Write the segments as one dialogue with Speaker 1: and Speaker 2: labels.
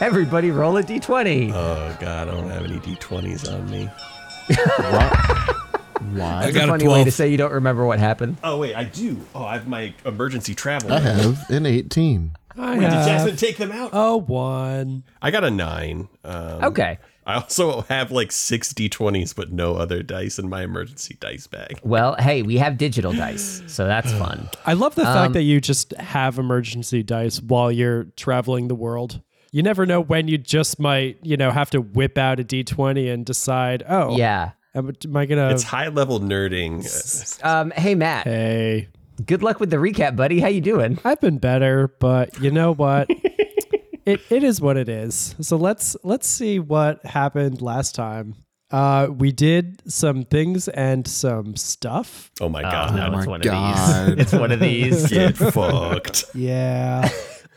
Speaker 1: Everybody roll a d20.
Speaker 2: Oh god, I don't have any d20s on me. I
Speaker 1: That's
Speaker 2: got
Speaker 1: a
Speaker 2: a
Speaker 1: funny way
Speaker 2: 12.
Speaker 1: to say you don't remember what happened.
Speaker 2: Oh wait, I do. Oh, I have my emergency travel.
Speaker 3: I have an 18.
Speaker 4: I
Speaker 2: Wait, did
Speaker 4: have
Speaker 2: Jasmine take them out?
Speaker 4: a one.
Speaker 2: I got a nine. Um,
Speaker 1: Okay.
Speaker 2: I also have like six d20s, but no other dice in my emergency dice bag.
Speaker 1: Well, hey, we have digital dice, so that's fun.
Speaker 4: I love the fact that you just have emergency dice while you're traveling the world. You never know when you just might, you know, have to whip out a d20 and decide, oh,
Speaker 1: Yeah.
Speaker 4: am, am I gonna?
Speaker 1: Oh.
Speaker 2: It's high level nerding.
Speaker 1: Um, hey, Matt.
Speaker 4: hey,
Speaker 1: Good luck with the recap, buddy. How you doing?
Speaker 4: I've been better, but you know what? it it is what it is. So let's let's see what happened last time. Uh, we did some things and some stuff.
Speaker 2: Oh my god,
Speaker 1: no, it's one of
Speaker 3: God.
Speaker 1: these. It's one of these.
Speaker 2: get fucked.
Speaker 4: Yeah.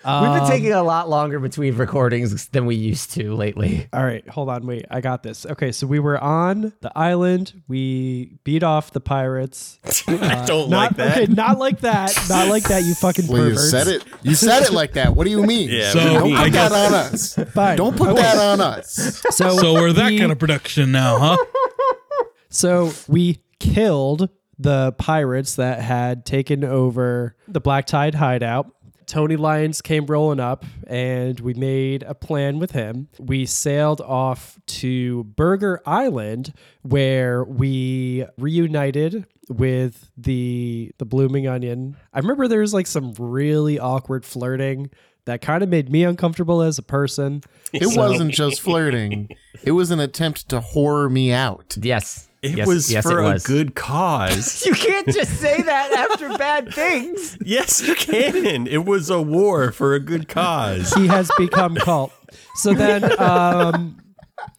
Speaker 1: We've been taking a lot longer between recordings than we used to lately.
Speaker 4: All right, hold on, wait, I got this. Okay, so we were on the island. We beat off the pirates.
Speaker 2: I don't like
Speaker 4: Not
Speaker 2: that.
Speaker 4: okay, not like that. Not like that. You fucking
Speaker 3: Well, you
Speaker 4: perverts.
Speaker 3: said it. You said it like that. What do you mean?
Speaker 2: Yeah,
Speaker 5: So-
Speaker 2: what do
Speaker 3: Don't
Speaker 2: you
Speaker 3: put
Speaker 2: mean?
Speaker 3: that on us.
Speaker 4: Fine.
Speaker 3: Don't put that on us.
Speaker 4: So,
Speaker 5: So we're that
Speaker 4: we-
Speaker 5: kind of production now, huh?
Speaker 4: So we killed the pirates that had taken over the Black Tide hideout. Tony Lyons came rolling up and we made a plan with him. We sailed off to Burger Island where we reunited with the the blooming onion. I remember there was like some really awkward flirting that kind of made me uncomfortable as a person.
Speaker 3: It wasn't just flirting. It was an attempt to horror me out.
Speaker 1: Yes.
Speaker 2: It
Speaker 1: yes,
Speaker 2: was
Speaker 1: yes,
Speaker 2: for
Speaker 1: it was.
Speaker 2: a good cause.
Speaker 1: You can't just say that after bad things.
Speaker 2: yes, you can. It was a war for a good cause.
Speaker 4: he has become cult. So then, um,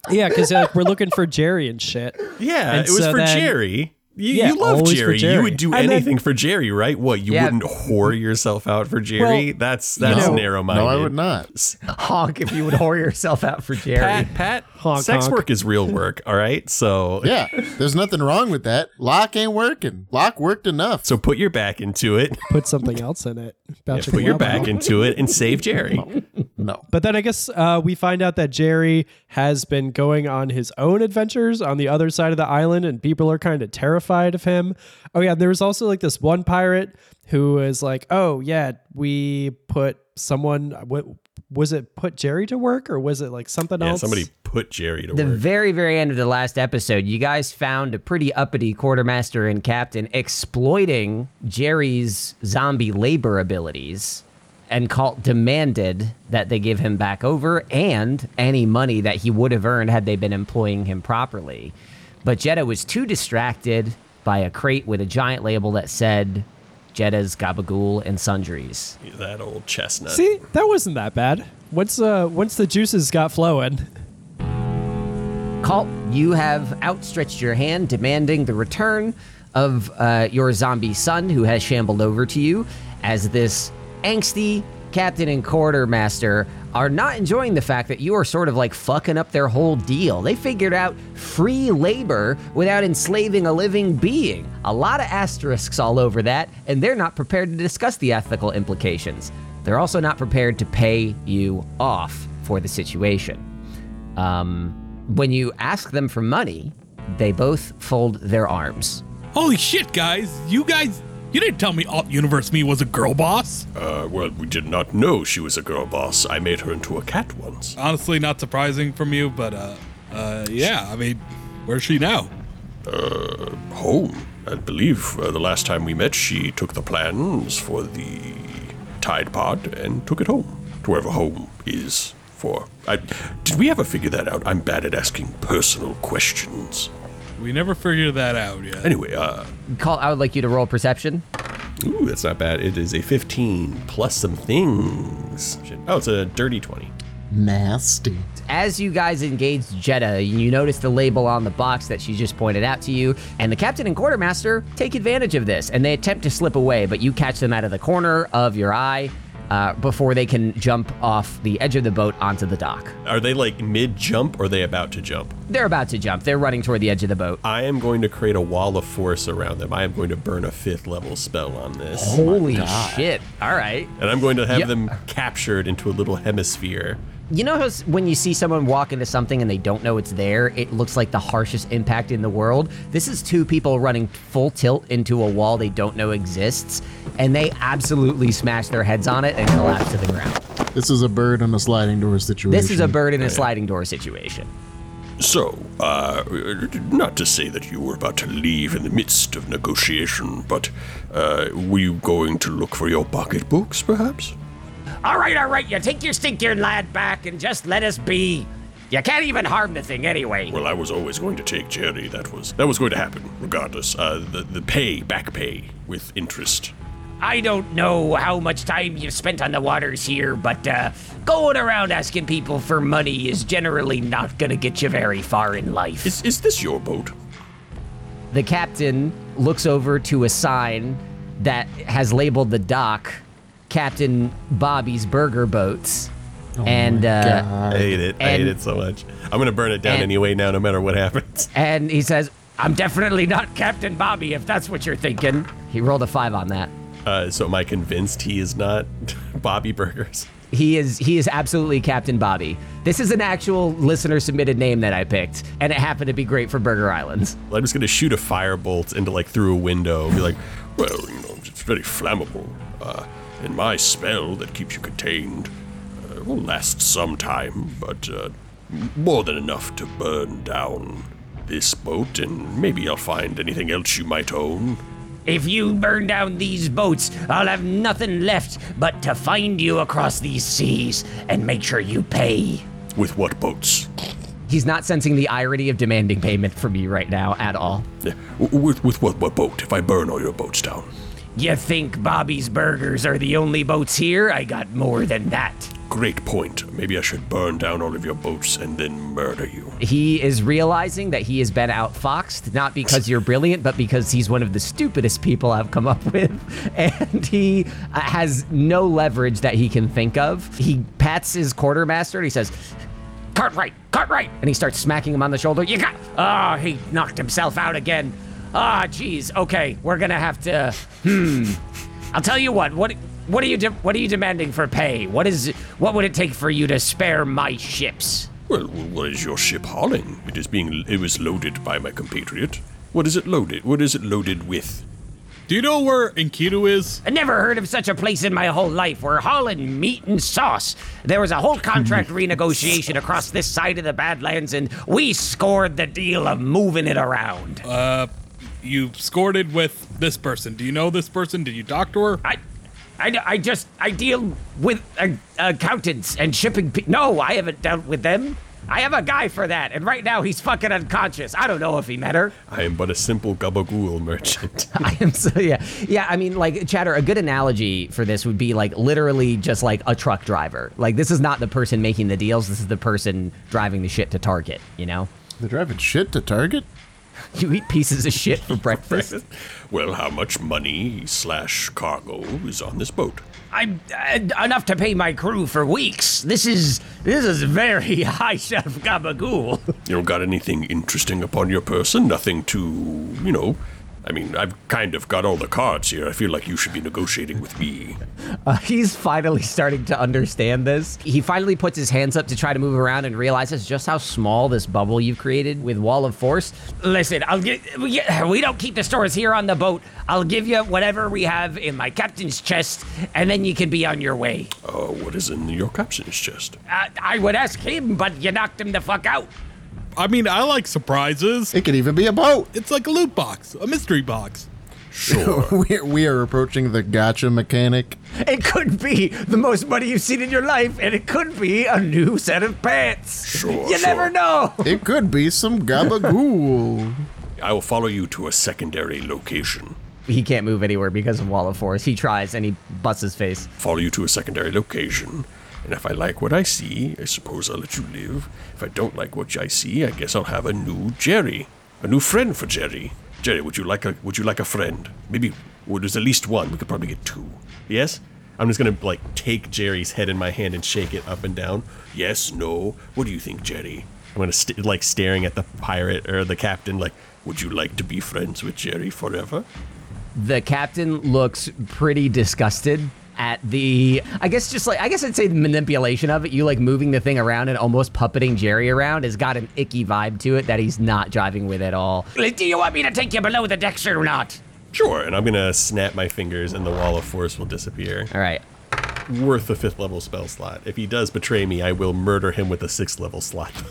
Speaker 4: yeah, because like, we're looking for Jerry and shit.
Speaker 2: Yeah,
Speaker 4: And
Speaker 2: it was
Speaker 4: so
Speaker 2: for
Speaker 4: then-
Speaker 2: Jerry. You,
Speaker 4: Yeah,
Speaker 2: you love
Speaker 4: always for
Speaker 2: Jerry.
Speaker 4: Jerry.
Speaker 2: You would do
Speaker 4: And then-
Speaker 2: anything for Jerry, right? What you
Speaker 1: Yeah.
Speaker 2: wouldn't whore yourself out for Jerry?
Speaker 4: Well,
Speaker 2: that's that's
Speaker 4: know-
Speaker 2: narrow-minded.
Speaker 3: No, I would not.
Speaker 1: Honk if you would whore yourself out for Jerry.
Speaker 2: Pat, Pat,
Speaker 4: Honk,
Speaker 2: sex
Speaker 4: honk.
Speaker 2: work is real work. All right, so
Speaker 3: Yeah, there's nothing wrong with that. Lock ain't working. Lock worked enough.
Speaker 2: so put your back into it.
Speaker 4: Put something else in it.
Speaker 2: Yeah, put your back into it and save Jerry.
Speaker 3: No.
Speaker 4: But then I guess uh, we find out that Jerry has been going on his own adventures on the other side of the island, and people are kind of terrified of him. Oh yeah, there was also like this one pirate who was like, "Oh yeah, we put someone. What was it? Put Jerry to work, or was it like something
Speaker 2: Yeah,
Speaker 4: else?
Speaker 2: somebody put Jerry to
Speaker 1: the
Speaker 2: work.
Speaker 1: very, very end of the last episode, you guys found a pretty uppity quartermaster and captain exploiting Jerry's zombie labor abilities. And Colt demanded that they give him back over and any money that he would have earned had they been employing him properly. But Jetta was too distracted by a crate with a giant label that said Jetta's Gabagool and Sundries.
Speaker 2: that old chestnut.
Speaker 4: See, that wasn't that bad. Once uh, once the juices got flowing,
Speaker 1: Colt, you have outstretched your hand demanding the return of uh, your zombie son who has shambled over to you as this angsty captain and quartermaster are not enjoying the fact that you are sort of like fucking up their whole deal. They figured out free labor without enslaving a living being. A lot of asterisks all over that, and they're not prepared to discuss the ethical implications. They're also not prepared to pay you off for the situation. Um, when you ask them for money, they both fold their arms.
Speaker 5: Holy shit, guys! You guys, you didn't tell me Alt Universe Me was a girl boss.
Speaker 2: Uh, well, we did not know she was a girl boss. I made her into a cat once.
Speaker 5: Honestly, not surprising from you, but uh, uh, yeah. I mean, where's she now?
Speaker 2: Home. I believe uh, the last time we met, she took the plans for the Tide Pod and took it home to wherever home is for. I, did we ever figure that out? I'm bad at asking personal questions.
Speaker 5: We never figured that out yet.
Speaker 2: Anyway, uh,
Speaker 1: Call. I would like you to roll perception.
Speaker 2: ooh, that's not bad. It is a 15 plus some things. Shit. Oh, it's a dirty 20.
Speaker 3: Nasty.
Speaker 1: As you guys engage Jetta, you notice the label on the box that she just pointed out to you, and the captain and quartermaster take advantage of this, and they attempt to slip away, but you catch them out of the corner of your eye uh, before they can jump off the edge of the boat onto the dock.
Speaker 2: Are they like mid jump or are they about to jump?
Speaker 1: They're about to jump. They're running toward the edge of the boat.
Speaker 2: I am going to create a wall of force around them. I am going to burn a fifth level spell on this.
Speaker 1: Holy shit! All right.
Speaker 2: And I'm going to have
Speaker 1: Yep.
Speaker 2: them captured into a little hemisphere
Speaker 1: You know how s- when you see someone walk into something and they don't know it's there, it looks like the harshest impact in the world? This is two people running full tilt into a wall they don't know exists, and they absolutely smash their heads on it and collapse to the ground.
Speaker 3: This is a bird on a sliding door situation.
Speaker 1: This is a bird in a sliding door situation.
Speaker 6: So, uh, not to say that you were about to leave in the midst of negotiation, but uh, were you going to look for your pocketbooks, perhaps?
Speaker 1: All right, all right, you take your stinking lad back and just let us be. You can't even harm the thing anyway.
Speaker 6: Well, I was always going to take Jerry. That was that was going to happen, regardless. Uh, the the pay, back pay, with interest.
Speaker 1: I don't know how much time you've spent on the waters here, but uh, going around asking people for money is generally not going to get you very far in life.
Speaker 6: Is is this your boat?
Speaker 1: the captain looks over to a sign that has labeled the dock Captain Bobby's Burger Boats. and uh,
Speaker 2: I hate it. I hate
Speaker 1: And-
Speaker 2: it so much. I'm gonna burn it down
Speaker 1: and-
Speaker 2: anyway now, no matter what happens.
Speaker 1: and he says, I'm definitely not Captain Bobby if that's what you're thinking. He rolled a 5 on that.
Speaker 2: Uh, so am I convinced he is not Bobby Burgers?
Speaker 1: He is he is absolutely Captain Bobby. This is an actual listener submitted name that I picked, and it happened to be great for Burger Islands.
Speaker 2: I'm just gonna shoot a firebolt into like through a window. Be like,
Speaker 6: Well, you know, it's very flammable. Uh, and my spell that keeps you contained uh, will last some time, but uh, more than enough to burn down this boat, and maybe I'll find anything else you might own.
Speaker 1: If you burn down these boats, I'll have nothing left but to find you across these seas and make sure you pay.
Speaker 6: With what boats?
Speaker 1: He's not sensing the irony of demanding payment from you right now at all.
Speaker 6: Yeah, w- With, with what, what boat if I burn all Oh, your boats down?
Speaker 1: You think Bobby's Burgers are the only boats here? I got more than that.
Speaker 6: Great point. Maybe I should burn down all of your boats and then murder you.
Speaker 1: He is realizing that he has been outfoxed, not because you're brilliant, but because he's one of the stupidest people I've come up with. And he uh, has no leverage that he can think of. He pats his quartermaster and he says, Cartwright, Cartwright! And he starts smacking him on the shoulder. You got. Ah, he knocked himself out again. Ah, jeez. Okay, we're gonna have to. hmm. I'll tell you what. What what are you de- what are you demanding for pay? What is what would it take for you to spare my ships?
Speaker 6: Well, w- what is your ship hauling? It is being. It was loaded by my compatriot. What is it loaded? What is it loaded with?
Speaker 5: Do you know where Enkidu is?
Speaker 1: I never heard of such a place in my whole life. We're hauling meat and sauce. There was a whole contract renegotiation across this side of the Badlands, and we scored the deal of moving it around.
Speaker 5: You scored it with this person. Do you know this person? Did you talk to her?
Speaker 1: I, I, I just I deal with uh, accountants and shipping. Pe- no, I haven't dealt with them. I have a guy for that, and right now he's fucking unconscious. I don't know if he met her.
Speaker 2: I am but a simple gabagool merchant.
Speaker 1: I am so yeah yeah. I mean, like Chatter. A good analogy for this would be like literally just like a truck driver. Like this is not the person making the deals. This is the person driving the shit to Target. You know,
Speaker 3: They're driving shit to Target.
Speaker 1: you eat pieces of shit for breakfast.
Speaker 6: Well, how much money slash cargo is on this boat?
Speaker 1: I'm uh, enough to pay my crew for weeks. This is this is very high chef gabagool.
Speaker 6: You know, got anything interesting upon your person? Nothing too, you know. I mean, I've kind of got all the cards here. I feel like you should be negotiating with me.
Speaker 1: Uh, he's finally starting to understand this. He finally puts his hands up to try to move around and realizes just how small this bubble you've created with Wall of Force. Listen, I'll get, we, get- we don't keep the stores here on the boat. I'll give you whatever we have in my captain's chest, and then you can be on your way.
Speaker 6: Uh, what is in your captain's chest?
Speaker 1: I, I would ask him, but you knocked him the fuck out.
Speaker 5: I mean, I like surprises.
Speaker 3: It could even be a boat.
Speaker 5: It's like a loot box, a mystery box.
Speaker 6: Sure.
Speaker 3: We we are approaching the gotcha mechanic.
Speaker 1: It could be the most money you've seen in your life, and it could be a new set of pants.
Speaker 6: Sure,
Speaker 1: You
Speaker 6: sure.
Speaker 1: never know.
Speaker 3: It could be some gabagool.
Speaker 6: I will follow you to a secondary location.
Speaker 1: He can't move anywhere because of Wall of Force. He tries and he busts his face.
Speaker 6: Follow you to a secondary location. And if I like what I see, I suppose I'll let you live. If I don't like what I see, I guess I'll have a new Jerry, a new friend for Jerry. Jerry, would you like a would you like a friend? Maybe well, there's at least one. We could probably get two.
Speaker 2: yes? I'm just gonna like take Jerry's head in my hand and shake it up and down.
Speaker 6: Yes, no. What do you think, Jerry?
Speaker 2: I'm gonna st- like staring at the pirate or the captain like
Speaker 6: Would you like to be friends with Jerry forever?
Speaker 1: The captain looks pretty disgusted
Speaker 7: at the I guess just like I guess I'd say the manipulation of it, you like moving the thing around and almost puppeting Jerry around has got an icky vibe to it that he's not driving with at all. Do you want me to take you below the decks or not?
Speaker 2: Sure, and I'm gonna snap my fingers, and the wall of force will disappear.
Speaker 7: All right.
Speaker 2: Worth a fifth level spell slot. If he does betray me, I will murder him with a sixth level slot.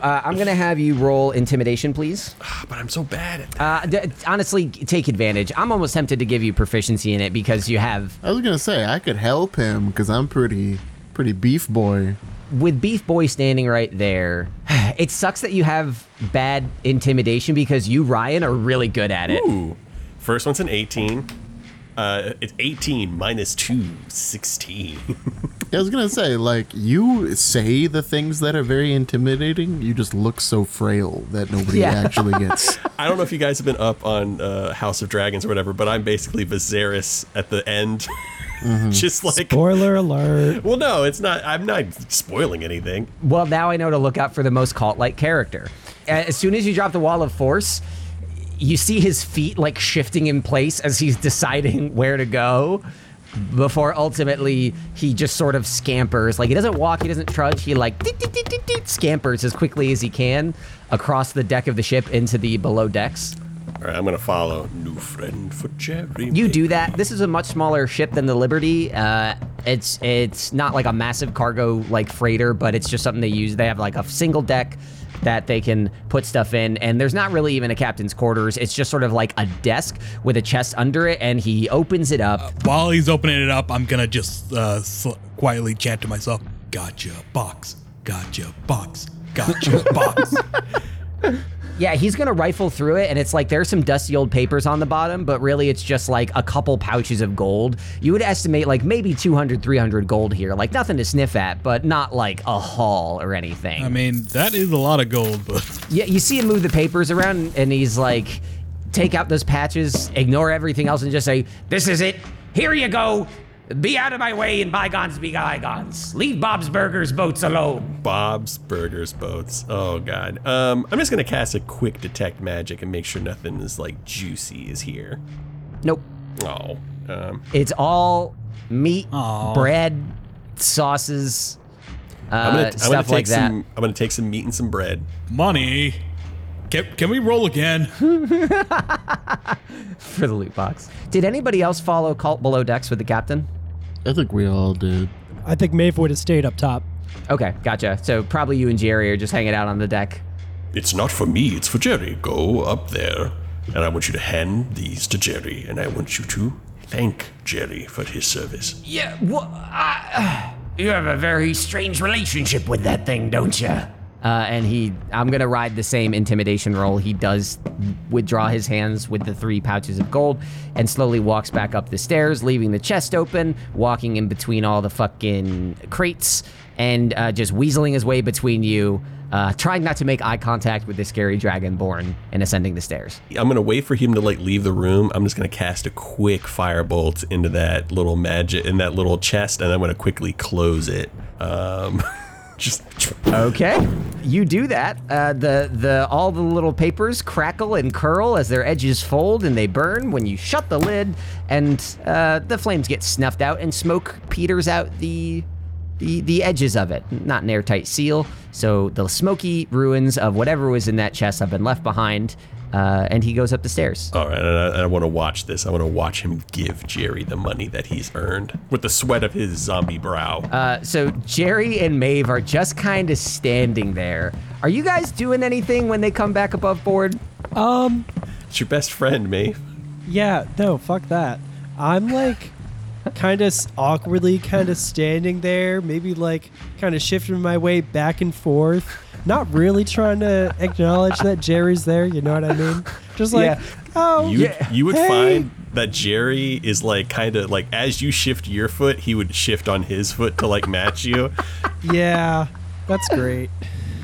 Speaker 7: Uh, I'm gonna have you roll intimidation, please.
Speaker 2: Ah, but I'm so bad at that.
Speaker 7: Uh, d- honestly, take advantage. I'm almost tempted to give you proficiency in it because you have
Speaker 3: I was gonna say I could help him because I'm pretty pretty beef boy.
Speaker 7: with Beef Boy standing right there, it sucks that you have bad intimidation because you, Ryan, are really good at it.
Speaker 2: Ooh. First one's an 18. Uh, it's 18 minus 2, 16.
Speaker 3: I was gonna say like you say the things that are very intimidating. You just look so frail that nobody
Speaker 7: Yeah.
Speaker 3: actually gets.
Speaker 2: I don't know if you guys have been up on uh, House of Dragons or whatever, but I'm basically Viserys at the end. Just like.
Speaker 4: Spoiler alert.
Speaker 2: Well, no, it's not. I'm not spoiling anything.
Speaker 7: Well, now I know to look out for the most cult like character. As soon as you drop the wall of force, you see his feet like shifting in place as he's deciding where to go before ultimately he just sort of scampers. Like he doesn't walk, he doesn't trudge, he like "Deet, deet, deet, deet, deet," scampers as quickly as he can across the deck of the ship into the below decks.
Speaker 2: All right, I'm going to follow. New friend for
Speaker 6: Uh,
Speaker 2: Jerry.
Speaker 7: You do that. This is a much smaller ship than the Liberty. Uh, it's it's not like a massive cargo like freighter, but it's just something they use. They have like a single deck that they can put stuff in, and there's not really even a captain's quarters. It's just sort of like a desk with a chest under it, and he opens it up.
Speaker 5: While he's opening it up, I'm gonna just uh, sl- quietly chant to myself, "Gotcha box, gotcha box, gotcha box."
Speaker 7: Yeah, he's gonna rifle through it, and it's like there's some dusty old papers on the bottom, but really it's just like a couple pouches of gold. You would estimate like maybe 200, 300 gold here, like nothing to sniff at, but not like a haul or anything.
Speaker 5: I mean, that is a lot of gold, but
Speaker 7: Yeah, you see him move the papers around, and he's like, take out those patches, ignore everything else, and just say, This is it. Here you go. Be out of my way, and bygones be bygones. Leave Bob's Burgers boats alone.
Speaker 2: Bob's Burgers boats. Oh god. Um, I'm just gonna cast a quick detect magic and make sure nothing is like juicy is here.
Speaker 7: Nope.
Speaker 2: Oh. Um,
Speaker 7: It's all meat, bread, sauces, uh,
Speaker 2: I'm gonna, I'm
Speaker 7: stuff
Speaker 2: gonna take
Speaker 7: like that.
Speaker 2: some. I'm gonna take some meat and some bread.
Speaker 5: money. Can, can we roll again?
Speaker 7: For the loot box. Did anybody else follow Cult Below Decks with the captain?
Speaker 3: I think we all did.
Speaker 4: I think Maeve would have stayed up top.
Speaker 7: Okay, gotcha. So probably you and Jerry are just hanging out on the deck.
Speaker 6: It's not for me, it's for Jerry. Go up there, and I want you to hand these to Jerry, and I want you to thank Jerry for his service.
Speaker 1: Yeah, well, I, uh, you have a very strange relationship with that thing, don't you?
Speaker 7: Uh, and he, I'm gonna ride the same intimidation roll. He does withdraw his hands with the three pouches of gold, and slowly walks back up the stairs, leaving the chest open, walking in between all the fucking crates, and uh, just weaseling his way between you, uh, trying not to make eye contact with the scary dragonborn, and ascending the stairs.
Speaker 2: I'm gonna wait for him to like leave the room. I'm just gonna cast a quick firebolt into that little magic in that little chest, and I'm gonna quickly close it. Um, just
Speaker 7: Okay, you do that. Uh, the the all the little papers crackle and curl as their edges fold and they burn when you shut the lid, and uh, the flames get snuffed out and smoke peters out the the the edges of it. Not an airtight seal, so the smoky ruins of whatever was in that chest have been left behind. Uh, and he goes up the stairs.
Speaker 2: All right, and I, and I want to watch this. I want to watch him give Jerry the money that he's earned with the sweat of his zombie brow.
Speaker 7: Uh, so Jerry and Maeve are just kind of standing there. Are you guys doing anything when they come back above board?
Speaker 2: it's your best friend, me.
Speaker 4: Yeah, no, fuck that. I'm like kind of awkwardly kind of standing there, maybe like kind of shifting my way back and forth, not really trying to acknowledge that Jerry's there, you know what I mean? Just like,
Speaker 7: Yeah.
Speaker 4: oh,
Speaker 2: You you would
Speaker 4: Hey.
Speaker 2: find that Jerry is like kind of like as you shift your foot, he would shift on his foot to like match you.
Speaker 4: yeah, that's great.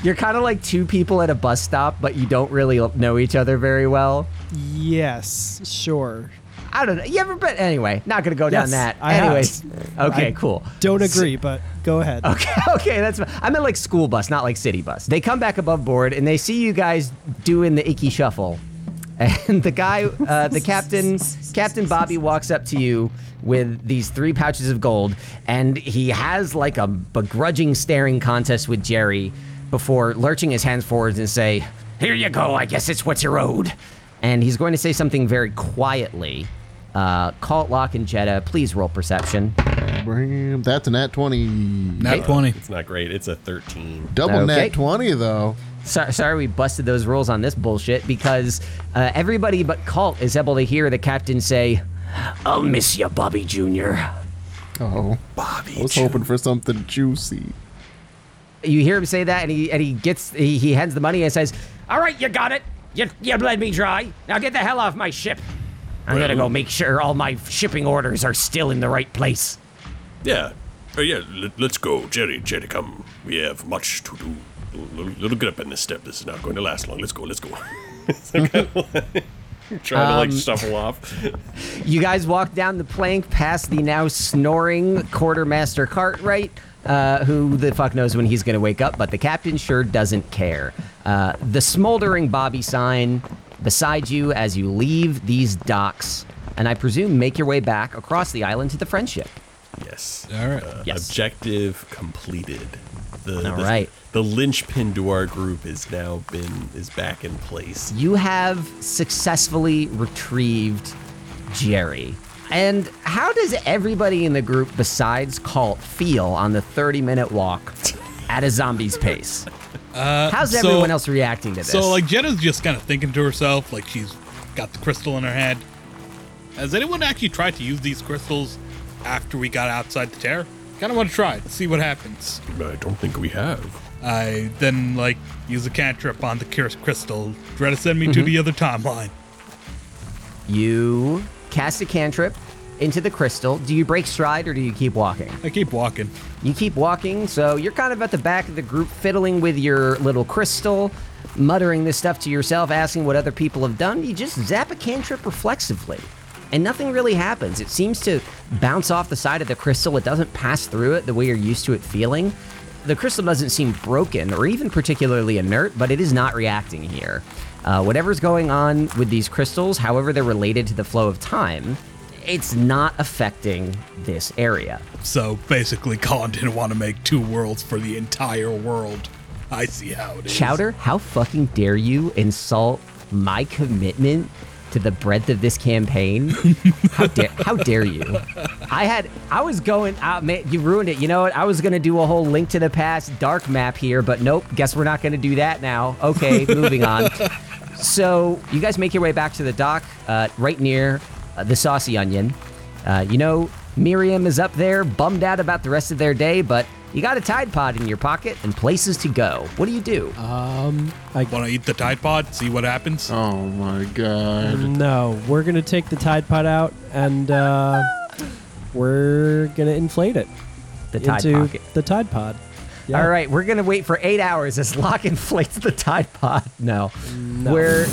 Speaker 7: You're kind of like two people at a bus stop, but you don't really know each other very well.
Speaker 4: Yes, sure.
Speaker 7: I don't know. You ever been? Anyway, not going to go down
Speaker 4: Yes,
Speaker 7: that.
Speaker 4: I have.
Speaker 7: Anyways, okay,
Speaker 4: I
Speaker 7: cool.
Speaker 4: Don't agree, but go ahead.
Speaker 7: Okay, okay, that's. fi- I meant like school bus, not like city bus. They come back above board and they see you guys doing the icky shuffle. and the guy, uh, the captain, Captain Bobby walks up to you with these three pouches of gold, and he has like a begrudging staring contest with Jerry before lurching his hands forwards and say,
Speaker 1: Here you go. I guess it's what's your owed.
Speaker 7: and he's going to say something very quietly. Uh, Cult Lock and Jetta, please roll perception.
Speaker 3: Bam, That's a nat 20.
Speaker 5: Not 20.
Speaker 2: It's not great. It's a 13.
Speaker 3: Double
Speaker 7: Okay.
Speaker 3: nat 20, though.
Speaker 7: So, sorry we busted those rules on this bullshit because uh, everybody but Colt is able to hear the captain say,
Speaker 1: I'll miss you, Bobby Jr.
Speaker 3: Oh. I was hoping for something juicy.
Speaker 7: you hear him say that and he and he gets he, he hands the money and says,
Speaker 1: All right, you got it. You, you bled me dry. Now get the hell off my ship. I'm gonna go make sure all my shipping orders are still in the right place.
Speaker 6: Yeah. Oh, yeah, let, us go. Jerry, Jerry, come. We have much to do. Little, little, little get up in this step. This is not going to last long. Let's go, let's go. Trying to, like,
Speaker 2: Um.
Speaker 6: shuffle off.
Speaker 7: You guys walk down the plank past the now snoring quartermaster Cartwright, uh, who the fuck knows when he's going to wake up, but the captain sure doesn't care. Uh, the smoldering Bobby sign beside you as you leave these docks, and I presume make your way back across the island to the Friendship.
Speaker 2: Yes. Uh,
Speaker 5: All right.
Speaker 7: Yes.
Speaker 2: Objective completed. The,
Speaker 7: All
Speaker 2: the,
Speaker 7: right.
Speaker 2: The linchpin to our group is now been is back in place.
Speaker 7: you have successfully retrieved Jerry. And how does everybody in the group besides Colt feel on the 30 minute walk at a zombie's pace? How's
Speaker 5: Uh, so-
Speaker 7: everyone else reacting to this?
Speaker 5: So like Jenna's just kind of thinking to herself, like she's got the crystal in her hand. Has anyone actually tried to use these crystals after we got outside the tear? Kind of want to try it, see what happens.
Speaker 6: I don't think we have.
Speaker 5: I then like use a cantrip on the cursed crystal. Try to send me to the other timeline.
Speaker 7: you cast a cantrip into the crystal. Do you break stride or do you keep walking?
Speaker 5: I keep walking.
Speaker 7: You keep walking, so you're kind of at the back of the group, fiddling with your little crystal, muttering this stuff to yourself, asking what other people have done. You just zap a cantrip reflexively, and nothing really happens. It seems to bounce off the side of the crystal, it doesn't pass through it the way you're used to it feeling. The crystal doesn't seem broken or even particularly inert, but it is not reacting here. Uh, whatever's going on with these crystals, however they're related to the flow of time, it's not affecting this area.
Speaker 5: So basically, Colin didn't want to make two worlds for the entire world. I see how it is.
Speaker 7: Chowder, how fucking dare you insult my commitment to the breadth of this campaign? how dare how dare you? I had I was going out man, you ruined it. You know what? I was gonna do a whole link to the past dark map here, but nope, guess we're not gonna do that now. Okay, moving on. So you guys make your way back to the dock, uh, right near uh, the Saucy Onion. Uh, you know, Miriam is up there, bummed out about the rest of their day, but you got a Tide Pod in your pocket and places to go. What do you do?
Speaker 5: Want to eat the Tide Pod? See what happens.
Speaker 3: Oh my god.
Speaker 4: No, we're gonna take the Tide Pod out and uh, we're gonna inflate it
Speaker 7: the Tide
Speaker 4: into
Speaker 7: Pocket.
Speaker 4: the Tide Pod. Yeah.
Speaker 7: All right, we're gonna wait for eight hours as Locke inflates the Tide Pod. No, we're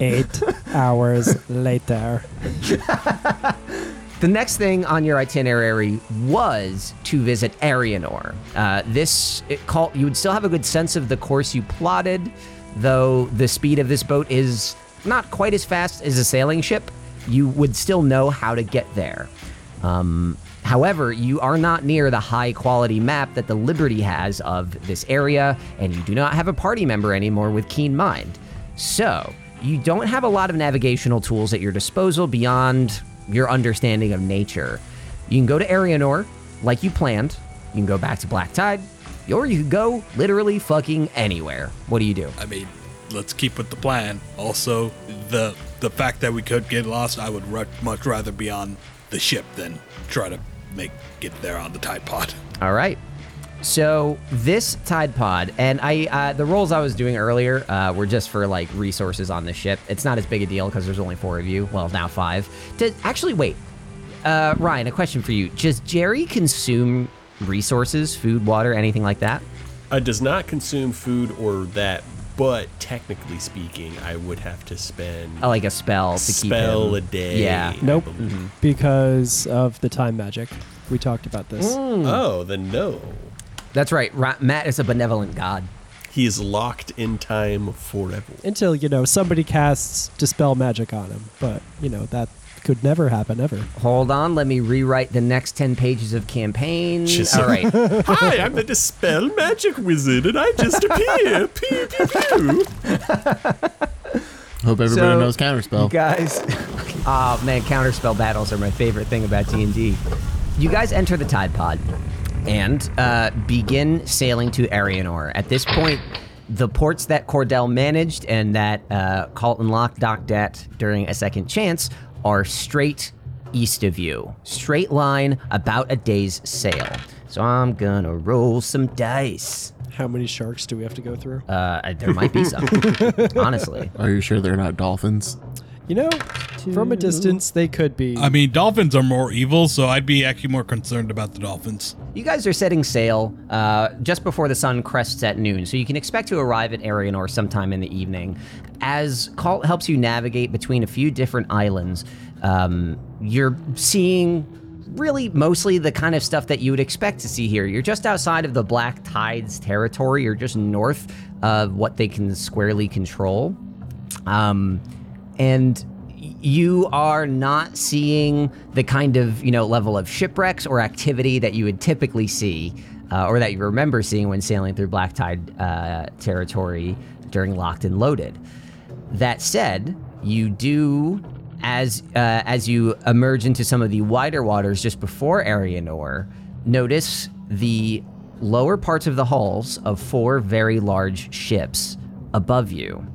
Speaker 4: Eight hours later.
Speaker 7: the next thing on your itinerary was to visit Arianor. Uh, this it call you would still have a good sense of the course you plotted, though the speed of this boat is not quite as fast as a sailing ship. You would still know how to get there. Um, however, you are not near the high quality map that the Liberty has of this area, and you do not have a party member anymore with Keen Mind. So, you don't have a lot of navigational tools at your disposal beyond your understanding of nature. You can go to Arianor, like you planned. You can go back to Black Tide, or you could go literally fucking anywhere. What do you do?
Speaker 5: I mean, let's keep with the plan. Also, the the fact that we could get lost, I would ru- much rather be on the ship than try to make get there on the Tide Pod.
Speaker 7: All right. So this Tide Pod, and I, uh, the rolls I was doing earlier uh, were just for like resources on the ship. It's not as big a deal because there's only four of you. Well, now five. Does, actually, wait, uh, Ryan, a question for you. Does Jerry consume resources, food, water, anything like that?
Speaker 2: I does not consume food or that, but technically speaking, I would have to spend
Speaker 7: Uh, like a spell to keep
Speaker 2: spell
Speaker 7: him.
Speaker 2: a day.
Speaker 7: Yeah.
Speaker 2: I
Speaker 4: Nope,
Speaker 2: believe.
Speaker 4: because of the time magic. We talked about this.
Speaker 7: Mm.
Speaker 2: Oh, then no.
Speaker 7: That's right. Ra- Matt is a benevolent god.
Speaker 2: He is locked in time forever.
Speaker 4: Until, you know, somebody casts Dispel Magic on him. But, you know, that could never happen ever.
Speaker 7: Hold on, let me rewrite the next 10 pages of campaign.
Speaker 2: Just-
Speaker 7: All right.
Speaker 2: Hi, I'm the Dispel Magic Wizard, and I just appear. Pew, pew, pew.
Speaker 3: Hope everybody
Speaker 7: So-
Speaker 3: knows counterspell.
Speaker 7: guys. oh man, counterspell battles are my favorite thing about D and D. You guys enter the Tide Pod and uh, begin sailing to Arianor. At this point, the ports that Cordell managed and that uh, Calton Lock docked at during a second chance are straight east of you, straight line, about a day's sail. So I'm gonna roll some dice.
Speaker 4: How many sharks do we have to go through?
Speaker 7: Uh, there might be some, honestly.
Speaker 3: Are you sure they're not dolphins?
Speaker 4: you know, from a distance, they could be.
Speaker 5: I mean, dolphins are more evil, so I'd be actually more concerned about the dolphins.
Speaker 7: You guys are setting sail uh, just before the sun crests at noon, so you can expect to arrive at Arianor sometime in the evening. As Cult helps you navigate between a few different islands, um, you're seeing really mostly the kind of stuff that you would expect to see here. You're just outside of the Black Tides territory, you're just north of what they can squarely control. Um, and you are not seeing the kind of you know level of shipwrecks or activity that you would typically see, uh, or that you remember seeing when sailing through Black Tide uh, territory during Locked and Loaded. That said, you do as uh, as you emerge into some of the wider waters just before Arianor, notice the lower parts of the hulls of four very large ships above you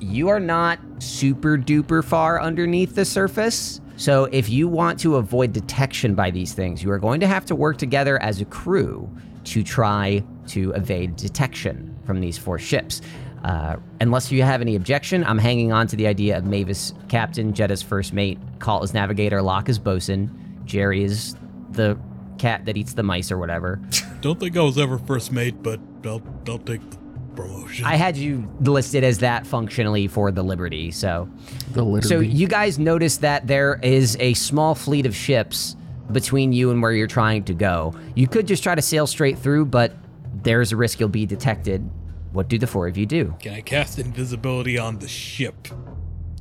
Speaker 7: you are not super duper far underneath the surface. So if you want to avoid detection by these things, you are going to have to work together as a crew to try to evade detection from these four ships. Uh, unless you have any objection, I'm hanging on to the idea of Mavis captain, Jetta's first mate, Call as navigator, Locke as bosun, Jerry is the cat that eats the mice or whatever.
Speaker 5: Don't think I was ever first mate, but I'll, I'll take the promotion.
Speaker 7: I had you listed as that functionally for the Liberty, so
Speaker 3: The litter.
Speaker 7: So
Speaker 3: bee.
Speaker 7: you guys notice that there is a small fleet of ships between you and where you're trying to go. You could just try to sail straight through, but there's a risk you'll be detected. What do the four of you do?
Speaker 5: Can I cast invisibility on the ship?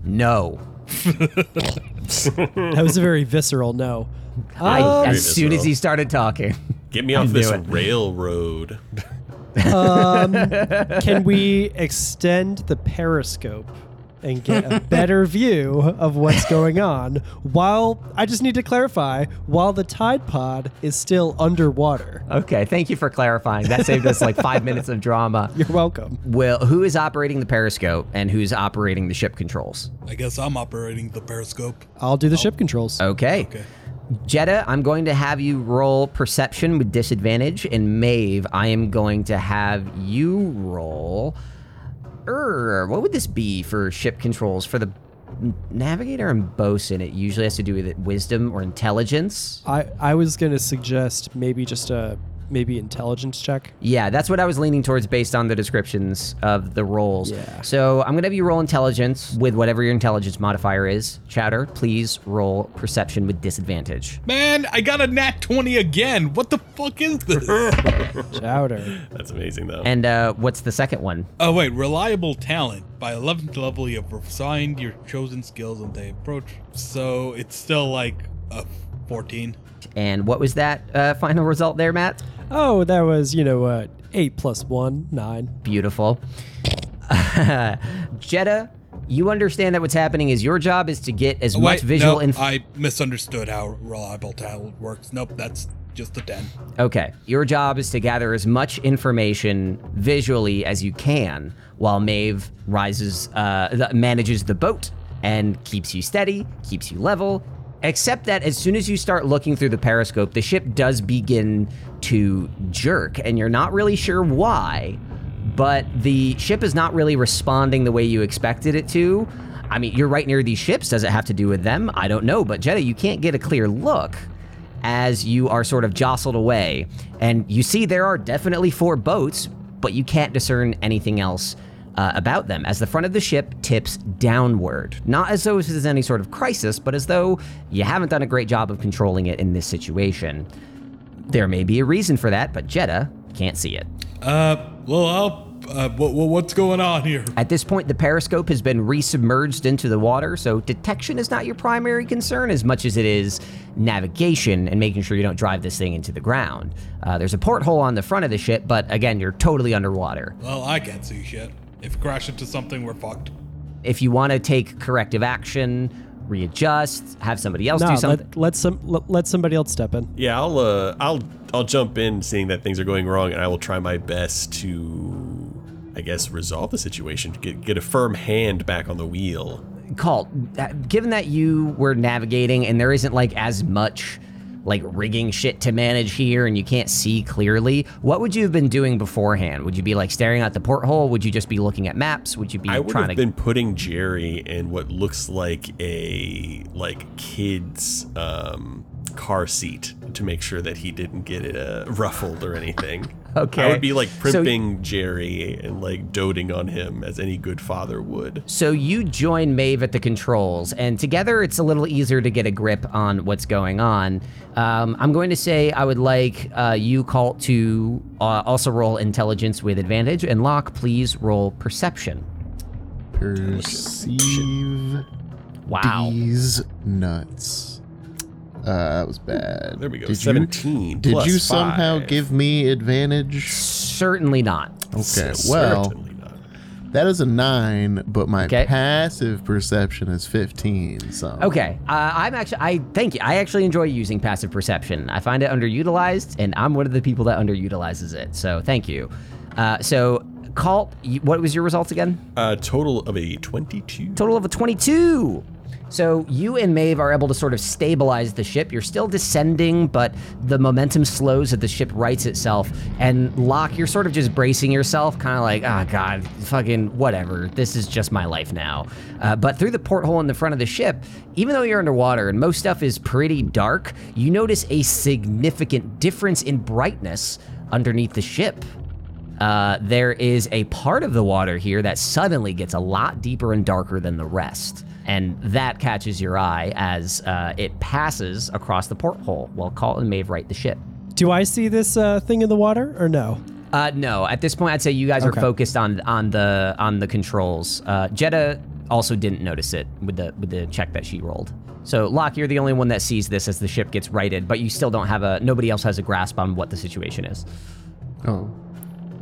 Speaker 7: No.
Speaker 4: that was a very visceral no.
Speaker 7: I,
Speaker 2: Very
Speaker 7: as soon as
Speaker 2: visceral.
Speaker 7: he started talking.
Speaker 2: Get me off this
Speaker 7: knew it.
Speaker 2: railroad.
Speaker 4: Can we extend the periscope and get a better view of what's going on while I just need to clarify while the Tide Pod is still underwater?
Speaker 7: Okay, thank you for clarifying. That saved us like five minutes of drama.
Speaker 4: You're welcome.
Speaker 7: Well, who is operating the periscope and who's operating the ship controls?
Speaker 5: I guess I'm operating the periscope.
Speaker 4: I'll do the ship controls.
Speaker 7: Okay.
Speaker 5: Okay.
Speaker 7: Jetta, I'm going to have you roll perception with disadvantage, and Maeve, I am going to have you roll. Er, what would this be for ship controls for the navigator and bosun? It usually has to do with wisdom or intelligence.
Speaker 4: I, I was going to suggest maybe just a maybe intelligence check.
Speaker 7: Yeah, that's what I was leaning towards based on the descriptions of the rolls.
Speaker 4: Yeah.
Speaker 7: So I'm going to have you roll intelligence with whatever your intelligence modifier is. Chowder, please roll perception with disadvantage.
Speaker 5: Man, I got a nat 20 again. What the fuck is this?
Speaker 4: Chowder.
Speaker 2: That's amazing, though.
Speaker 7: And uh, what's the second one?
Speaker 5: oh, wait. Reliable talent. By 11th level, you have refined your chosen skills and they approach. So it's still like a 14.
Speaker 7: And what was that uh, final result there, Matt?
Speaker 4: Oh, that was, you know, uh, 8 plus 1, 9.
Speaker 7: Beautiful. Jetta, you understand that what's happening is your job is to get as much
Speaker 5: Oh, Wait,
Speaker 7: visual
Speaker 5: nope,
Speaker 7: inf-
Speaker 5: I misunderstood how reliable talent works. Nope, that's just a 10.
Speaker 7: Okay. Your job is to gather as much information visually as you can while Maeve rises, uh, th- manages the boat and keeps you steady, keeps you level. Except that as soon as you start looking through the periscope, the ship does begin to jerk, and you're not really sure why, but the ship is not really responding the way you expected it to. I mean, you're right near these ships. Does it have to do with them? I don't know, but Jetta, you can't get a clear look as you are sort of jostled away. And you see there are definitely four boats, but you can't discern anything else uh, about them as the front of the ship tips downward. Not as though this is any sort of crisis, but as though you haven't done a great job of controlling it in this situation. There may be a reason for that, but Jeddah can't see it.
Speaker 5: Uh, well, I'll, uh, what, what- what's going on here?
Speaker 7: At this point, the periscope has been resubmerged into the water, so detection is not your primary concern as much as it is navigation and making sure you don't drive this thing into the ground. Uh, there's a porthole on the front of the ship, but again, you're totally underwater.
Speaker 5: Well, I can't see shit. If we crash into something, we're fucked.
Speaker 3: Mhm.
Speaker 7: If you want to take corrective action, readjust, have somebody else
Speaker 4: No,
Speaker 7: do something.
Speaker 4: let, let some let, let somebody else step in.
Speaker 2: Yeah, I'll uh, I'll I'll jump in, seeing that things are going wrong, and I will try my best to, I guess, resolve the situation. Get get a firm hand back on the wheel.
Speaker 7: Call, uh, given that you were navigating and there isn't like as much like rigging shit to manage here and you can't see clearly, what would you have been doing beforehand? Would you be like staring out the porthole? Would you just be looking at maps? Would you be
Speaker 2: I would
Speaker 7: trying
Speaker 2: have
Speaker 7: to
Speaker 2: been putting Jerry in what looks like a like kid's um, car seat to make sure that he didn't get it uh, ruffled or anything. I
Speaker 7: Okay.
Speaker 2: would be like
Speaker 7: So-
Speaker 2: primping Jerry and like doting on him as any good father would.
Speaker 7: So you join Maeve at the controls, and together it's a little easier to get a grip on what's going on. Um, I'm going to say I would like uh, you, Colt, to uh, also roll intelligence with advantage, and Locke, please roll perception.
Speaker 3: Perceive
Speaker 7: Wow.
Speaker 3: these nuts. Uh, that was bad.
Speaker 2: There we go.
Speaker 3: Did you-
Speaker 2: Seventeen.
Speaker 3: did
Speaker 2: plus
Speaker 3: you somehow
Speaker 2: five.
Speaker 3: give me advantage?
Speaker 7: Certainly not.
Speaker 3: Okay,
Speaker 2: S-
Speaker 3: well,
Speaker 2: certainly not.
Speaker 3: that is a nine, but my
Speaker 7: Okay.
Speaker 3: passive perception is 15. So
Speaker 7: Okay, uh, I'm actually. I thank you. I actually enjoy using passive perception. I find it underutilized, and I'm one of the people that underutilizes it. So thank you. Uh, so, Colt, you- what was your results again?
Speaker 2: A total of a 22.
Speaker 7: Total of a 22. So you and Maeve are able to sort of stabilize the ship. You're still descending, but the momentum slows as the ship rights itself. And Locke, you're sort of just bracing yourself, kind of like, oh god, fucking whatever. This is just my life now. Uh, but through the porthole in the front of the ship, even though you're underwater and most stuff is pretty dark, you notice a significant difference in brightness underneath the ship. Uh, there is a part of the water here that suddenly gets a lot deeper and darker than the rest. And that catches your eye as uh, it passes across the porthole while Colton and Maeve right the ship.
Speaker 4: Do I see this uh, thing in the water or no?
Speaker 7: Uh, no, at this point, I'd say you guys are focused on on the on the controls. Uh, Jetta also didn't notice it with the with the check that she rolled. So Locke, you're the only one that sees this as the ship gets righted, but you still don't have a nobody else has a grasp on what the situation is.
Speaker 3: Oh.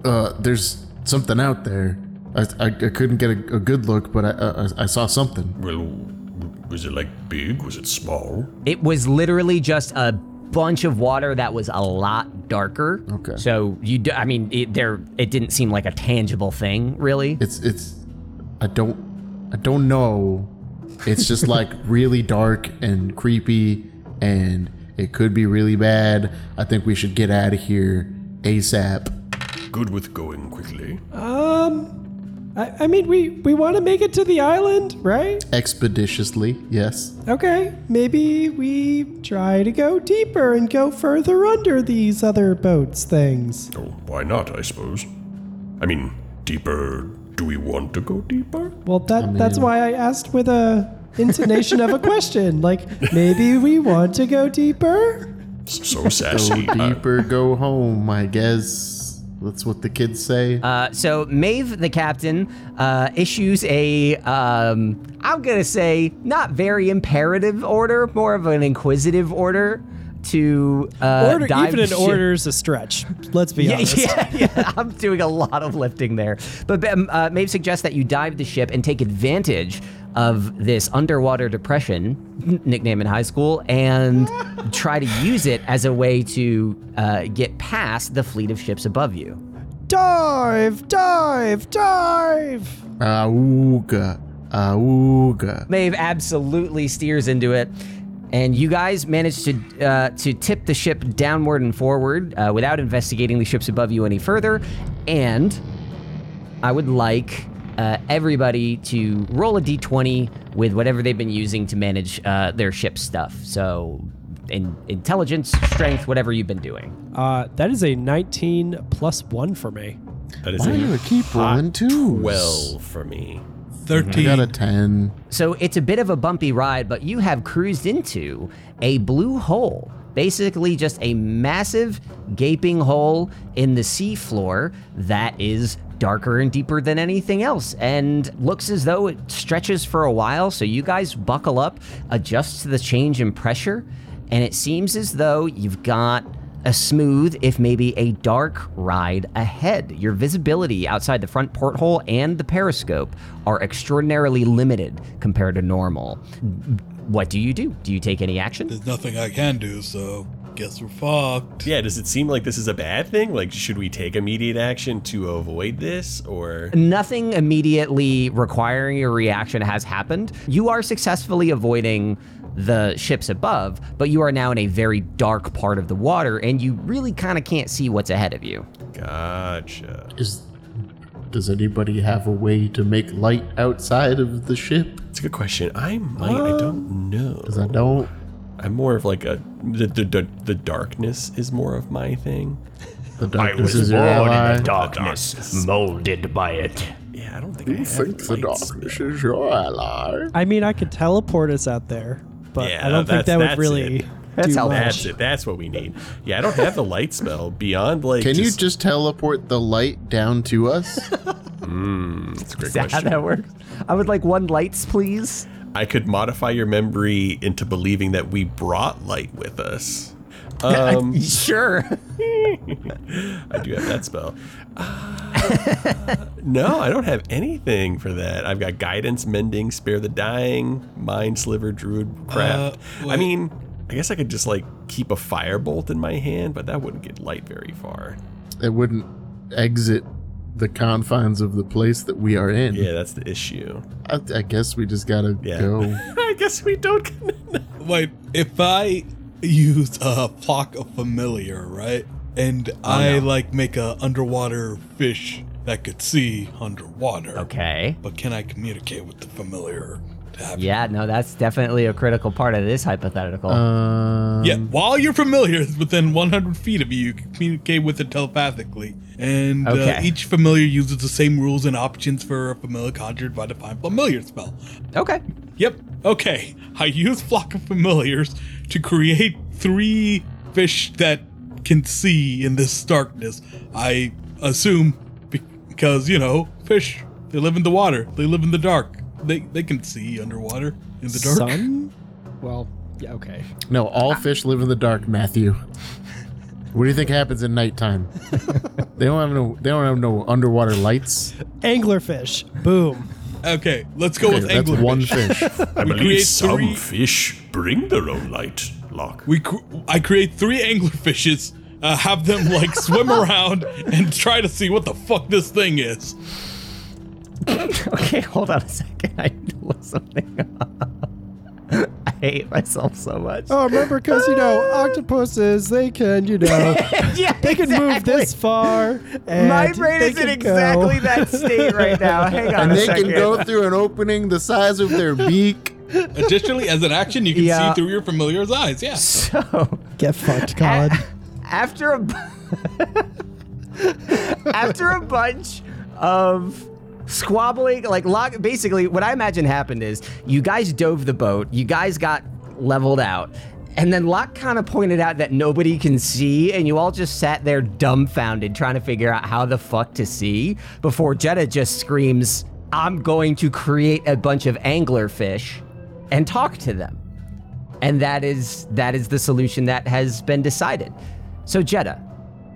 Speaker 3: Uh, there's something out there. I, I, I couldn't get a, a good look, but I, uh, I, I saw something.
Speaker 6: Well, w- was it like big? Was it small?
Speaker 7: It was literally just a bunch of water that was a lot darker.
Speaker 3: Okay.
Speaker 7: So you, d- I mean, it, there, it didn't seem like a tangible thing, really.
Speaker 3: It's it's I don't I don't know. It's just like really dark and creepy and it could be really bad. I think we should get out of here ASAP.
Speaker 6: Good with going quickly.
Speaker 4: Um, I, I mean, we we want to make it to the island, right?
Speaker 3: Expeditiously, yes.
Speaker 4: Okay, maybe we try to go deeper and go further under these other boats things.
Speaker 6: Oh, why not, I suppose? I mean, deeper. Do we want to go deeper?
Speaker 4: Well, that that's why I asked with a intonation of a question. Like, maybe we want to go deeper.
Speaker 6: S- So
Speaker 3: Go
Speaker 6: sassy. Uh,
Speaker 3: deeper, go home, I guess. That's what the kids say.
Speaker 7: Uh, so Maeve, the captain, uh, issues a, um, I'm gonna say, not very imperative order, more of an inquisitive order to uh,
Speaker 4: order,
Speaker 7: dive
Speaker 4: even an
Speaker 7: the ship-
Speaker 4: order is a stretch. Let's be
Speaker 7: Yeah,
Speaker 4: honest.
Speaker 7: yeah, yeah. I'm doing a lot of lifting there. But um, uh, Maeve suggests that you dive the ship and take advantage of this underwater depression, nickname in high school, and try to use it as a way to uh, get past the fleet of ships above you.
Speaker 4: Dive, dive, dive.
Speaker 3: Auga, auga.
Speaker 7: Maeve absolutely steers into it. And you guys manage to uh, to tip the ship downward and forward uh, without investigating the ships above you any further. And I would like uh, everybody to roll a d20 with whatever they've been using to manage uh, their ship stuff. So, in intelligence, strength, whatever you've been doing.
Speaker 4: Uh, that is a 19 plus one for me.
Speaker 2: That is
Speaker 3: Why
Speaker 2: a
Speaker 3: do I keep rolling twos?
Speaker 2: well for me.
Speaker 5: 13.
Speaker 3: I got a 10.
Speaker 7: So it's a bit of a bumpy ride, but you have cruised into a blue hole. Basically, just a massive gaping hole in the seafloor that is darker and deeper than anything else and looks as though it stretches for a while. So you guys buckle up, adjust to the change in pressure, and it seems as though you've got a smooth, if maybe a dark ride ahead. Your visibility outside the front porthole and the periscope are extraordinarily limited compared to normal. What do you do? Do you take any action?
Speaker 5: There's nothing I can do, so guess we're fucked.
Speaker 2: Yeah, does it seem like this is a bad thing? Like, should we take immediate action to avoid this, or
Speaker 7: Nothing immediately requiring a reaction has happened. You are successfully avoiding the ships above, but you are now in a very dark part of the water and you really kind of can't see what's ahead of you.
Speaker 2: gotcha?
Speaker 3: Is does anybody have a way to make light outside of the ship?
Speaker 2: It's a good question. I might.
Speaker 7: Um,
Speaker 2: I don't know.
Speaker 3: 'Cause I don't.
Speaker 2: I'm more of like a the the, the, the darkness is more of my thing.
Speaker 3: The darkness is your ally.
Speaker 1: darkness, molded by it.
Speaker 2: Yeah, I don't think I have
Speaker 3: Think the
Speaker 2: lights.
Speaker 3: darkness is your ally.
Speaker 4: I mean, I could teleport us out there, but
Speaker 2: Yeah,
Speaker 4: I don't
Speaker 2: that's-
Speaker 4: think that would
Speaker 2: that's
Speaker 4: really.
Speaker 2: it.
Speaker 7: That's
Speaker 4: do
Speaker 7: how-
Speaker 4: much.
Speaker 2: That's it. That's what we need. Yeah, I don't have the light spell beyond like.
Speaker 3: Can
Speaker 2: just,
Speaker 3: you just teleport the light down to us?
Speaker 2: That's a great
Speaker 7: Is that how
Speaker 2: question.
Speaker 7: that works? I would like one lights, please.
Speaker 2: I could modify your memory into believing that we brought light with us. Um,
Speaker 7: Sure.
Speaker 2: I do have that spell. Uh, no, I don't have anything for that. I've got guidance, mending, spare the dying, mind sliver, druid craft.
Speaker 5: Uh,
Speaker 2: I
Speaker 5: wait.
Speaker 2: mean, I guess I could just like keep a firebolt in my hand, but that wouldn't get light very far.
Speaker 3: it wouldn't exit the confines of the place that we are in.
Speaker 2: Yeah, that's the issue.
Speaker 3: I, I guess we just gotta
Speaker 2: Yeah.
Speaker 3: go.
Speaker 2: I guess we don't.
Speaker 5: Wait, if I use a flock of familiar, right?
Speaker 3: Oh,
Speaker 5: And I like make a underwater fish that could see underwater.
Speaker 7: Okay.
Speaker 5: But can I communicate with the familiar? To have
Speaker 7: Yeah, no, that's definitely a critical part of this hypothetical.
Speaker 3: Um,
Speaker 5: Yeah, while your familiar is within 100 feet of you, you can communicate with it telepathically. And
Speaker 7: Okay.
Speaker 5: uh, each familiar uses the same rules and options for a familiar conjured by the Divine Familiar spell.
Speaker 7: okay.
Speaker 5: Yep, okay. I use Flock of Familiars to create three fish that can see in this darkness. I assume because, you know, fish, they live in the water, they live in the dark. They, they can see underwater in the dark.
Speaker 4: Sun? Well, yeah, okay.
Speaker 3: No, all fish live in the dark, Matthew. What do you think happens at nighttime? they don't have no. They don't have no underwater lights.
Speaker 4: Anglerfish. Boom.
Speaker 5: Okay, let's go
Speaker 3: Okay,
Speaker 5: with
Speaker 3: that's
Speaker 5: anglerfish.
Speaker 3: one fish.
Speaker 6: I believe
Speaker 5: create
Speaker 6: some
Speaker 5: three-
Speaker 6: fish bring their own light, Locke.
Speaker 5: We cr- I create three anglerfishes, uh, have them like swim around and try to see what the fuck this thing is.
Speaker 7: Okay, hold on a second. I need to look something up. I hate myself so much.
Speaker 4: Oh, remember, because, you know, octopuses, they can, you know,
Speaker 7: yeah,
Speaker 4: they can move this far. And
Speaker 7: My brain
Speaker 4: they
Speaker 7: is in
Speaker 4: can go.
Speaker 7: exactly that state right now. Hang on
Speaker 3: and
Speaker 7: a
Speaker 3: they
Speaker 7: second.
Speaker 3: can go through an opening the size of their beak.
Speaker 5: Additionally, as an action, you can
Speaker 7: Yeah.
Speaker 5: see through your familiar's eyes. Yeah.
Speaker 7: so,
Speaker 4: Get fucked, Colin.
Speaker 7: after a bu- after a bunch of squabbling like lock, basically what i imagine happened is you guys dove the boat you guys got leveled out and then Locke kind of pointed out that nobody can see, and you all just sat there dumbfounded trying to figure out how the fuck to see before Jetta just screams, I'm going to create a bunch of anglerfish and talk to them and that is that is the solution that has been decided. So Jeddah,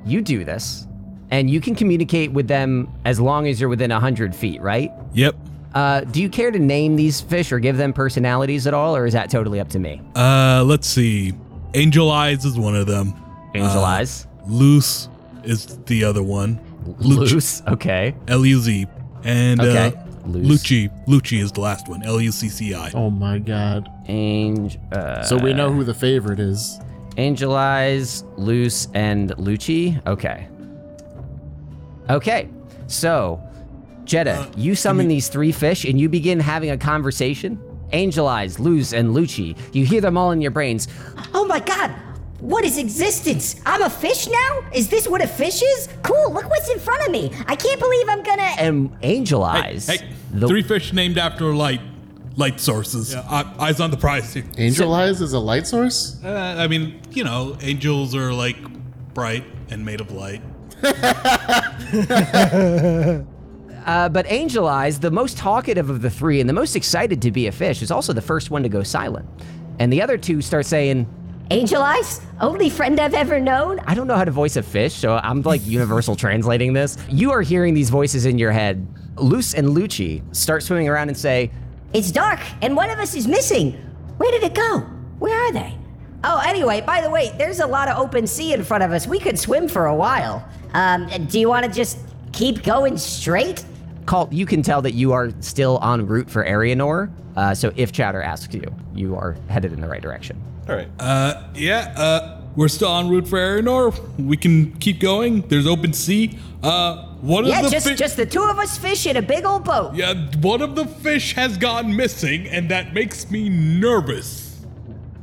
Speaker 7: you do this, and you can communicate with them as long as you're within hundred feet, right?
Speaker 5: Yep.
Speaker 7: Uh, do you care to name these fish or give them personalities at all, or is that totally up to me?
Speaker 5: Uh, let's see. Angel eyes is one of them.
Speaker 7: Angel eyes,
Speaker 5: Loose is the other one.
Speaker 7: loose, okay,
Speaker 5: L U Z. And
Speaker 7: Okay.
Speaker 5: uh,
Speaker 7: Loose.
Speaker 5: Lucci. Lucci is the last one. L U C C I.
Speaker 3: Oh my god!
Speaker 7: angel, uh,
Speaker 3: So we know who the favorite is.
Speaker 7: angel eyes, loose, and Lucci, okay, okay. So Jeddah, you summon these three fish and you begin having a conversation. Angel Eyes, Luz, and Lucci. You hear them all in your brains.
Speaker 8: Oh my god! What is existence? I'm a fish now? Is this what a fish is? Cool, look what's in front of me. I can't believe I'm gonna.
Speaker 7: And angel eyes.
Speaker 5: Hey,
Speaker 7: Um, the-
Speaker 5: three fish named after light light sources. Eye- uh, eyes on the prize. Here.
Speaker 3: Angel Eyes is a light source?
Speaker 5: Uh, I mean, you know, angels are like bright and made of light.
Speaker 7: uh, but angel eyes, the most talkative of the three and the most excited to be a fish, is also the first one to go silent. And the other two start saying,
Speaker 8: Angel Eyes? Only friend I've ever known?
Speaker 7: I don't know how to voice a fish, so I'm like universal translating this. You are hearing these voices in your head. Luce and Lucci start swimming around and say,
Speaker 8: It's dark, and one of us is missing. Where did it go? Where are they? Oh, anyway, by the way, there's a lot of open sea in front of us. We could swim for a while. Um, do you want to just keep going straight?
Speaker 7: Colt, you can tell that you are still en route for Arianor. Uh, so if Chowder asks you, you are headed in the right direction.
Speaker 2: All right.
Speaker 5: Uh, yeah, uh, we're still en route for Arinor. We can keep going. There's open sea. Uh, one
Speaker 8: Yeah,
Speaker 5: of the
Speaker 8: just
Speaker 5: fi-
Speaker 8: just the two of us fish in a big old boat.
Speaker 5: yeah, one of the fish has gone missing, and that makes me nervous.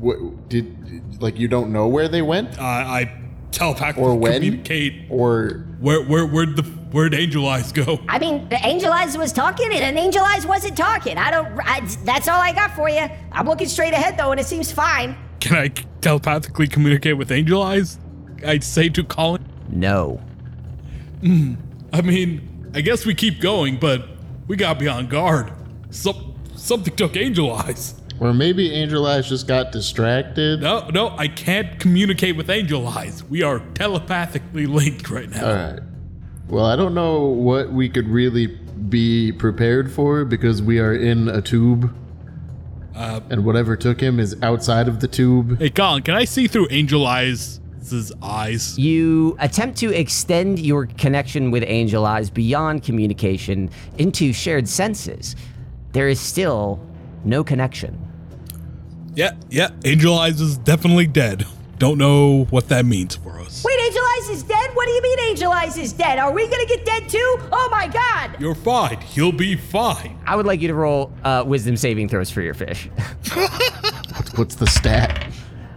Speaker 3: What did like you don't know where they went
Speaker 5: Uh, I telepathically
Speaker 3: or when
Speaker 5: communicate
Speaker 3: or
Speaker 5: where where where'd the where'd Angel Eyes go?
Speaker 8: I mean, the Angel Eyes was talking, and an Angel Eyes wasn't talking. I don't. I, that's all I got for you. I'm looking straight ahead though, and it seems fine.
Speaker 5: Can I telepathically communicate with Angel Eyes? I'd say to Colin.
Speaker 7: No.
Speaker 5: I mean, I guess we keep going, but we got be on guard. Some, something took Angel Eyes.
Speaker 3: or maybe Angel Eyes just got distracted.
Speaker 5: No, no, I can't communicate with Angel Eyes. We are telepathically linked right now.
Speaker 3: All right. Uh, Well, I don't know what we could really be prepared for because we are in a tube.
Speaker 5: Uh,
Speaker 3: and whatever took him is outside of the tube.
Speaker 5: Hey, Colin, can I see through Angel Eyes' eyes?
Speaker 7: You attempt to extend your connection with Angel Eyes beyond communication into shared senses. There is still no connection.
Speaker 5: Yeah, yeah, Angel Eyes is definitely dead. Don't know what that means for us.
Speaker 8: Wait, Angel Eyes is dead? What do you mean Angel Eyes is dead? Are we gonna get dead too? Oh my God!
Speaker 5: You're fine. He'll be fine.
Speaker 7: I would like you to roll uh, wisdom saving throws for your fish.
Speaker 3: What's the stat?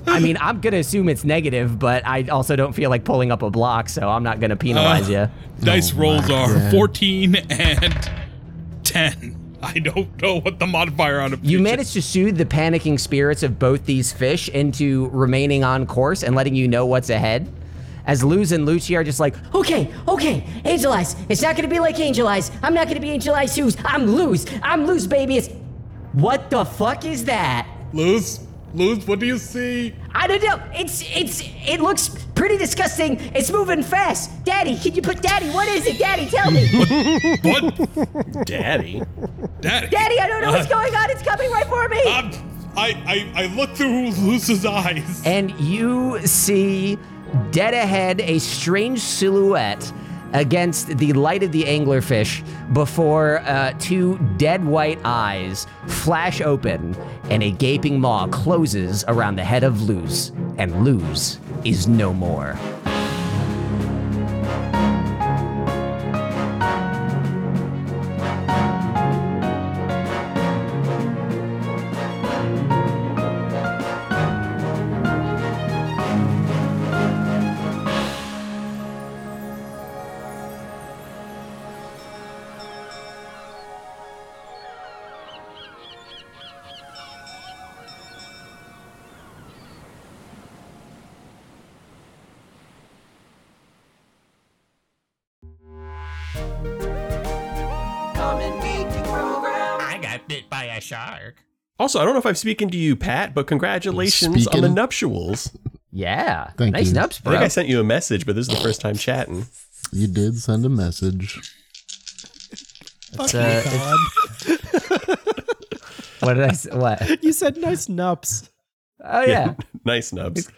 Speaker 7: I mean, I'm going to assume it's negative, but I also don't feel like pulling up a block, so I'm not going to penalize
Speaker 5: Uh,
Speaker 7: you.
Speaker 5: Dice rolls
Speaker 3: my
Speaker 5: are
Speaker 3: God.
Speaker 5: 14 and 10. I don't know what the modifier on a
Speaker 7: You
Speaker 5: future-
Speaker 7: managed to soothe the panicking spirits of both these fish into remaining on course and letting you know what's ahead. As Luz and Lucci are just like,
Speaker 8: Okay, okay, Angel Eyes. It's not gonna be like Angel Eyes. I'm not gonna be Angel Eyes Shoes. I'm loose. I'm loose, baby. It's what the fuck is that?
Speaker 5: Luz, Luz, what do you see?
Speaker 8: I don't know. It's it's it looks pretty disgusting. It's moving fast. Daddy, can you put Daddy? What is it? Daddy, tell me.
Speaker 5: What?
Speaker 2: Daddy.
Speaker 5: Daddy.
Speaker 8: Daddy, I don't know what's going on. It's coming right for me.
Speaker 5: I'm- I, I, I look through Luz's eyes.
Speaker 7: and you see dead ahead a strange silhouette against the light of the anglerfish before uh, two dead white eyes flash open and a gaping maw closes around the head of Luz, and Luz is no more.
Speaker 9: I got bit by a shark.
Speaker 2: Also, I don't know if I'm speaking to you, Pat, but congratulations on the
Speaker 3: Speaking.
Speaker 2: nuptials.
Speaker 7: Yeah.
Speaker 3: Thank
Speaker 7: nice
Speaker 3: you.
Speaker 7: nubs,
Speaker 2: I
Speaker 7: bro.
Speaker 2: think I sent you a message, but this is the first time chatting.
Speaker 3: You did send a message.
Speaker 7: It's, uh, it's- what did I s- What?
Speaker 4: You said nice nups.
Speaker 7: Oh yeah,
Speaker 2: nice nubs.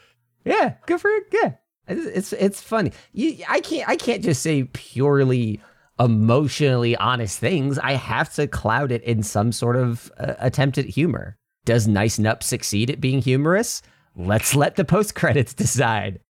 Speaker 7: yeah. Good for you. Yeah. It's it's, it's funny. You, I can't I can't just say purely emotionally honest things. I have to cloud it in some sort of uh, attempt at humor. Does Nice Nup succeed at being humorous? Let's let the post credits decide.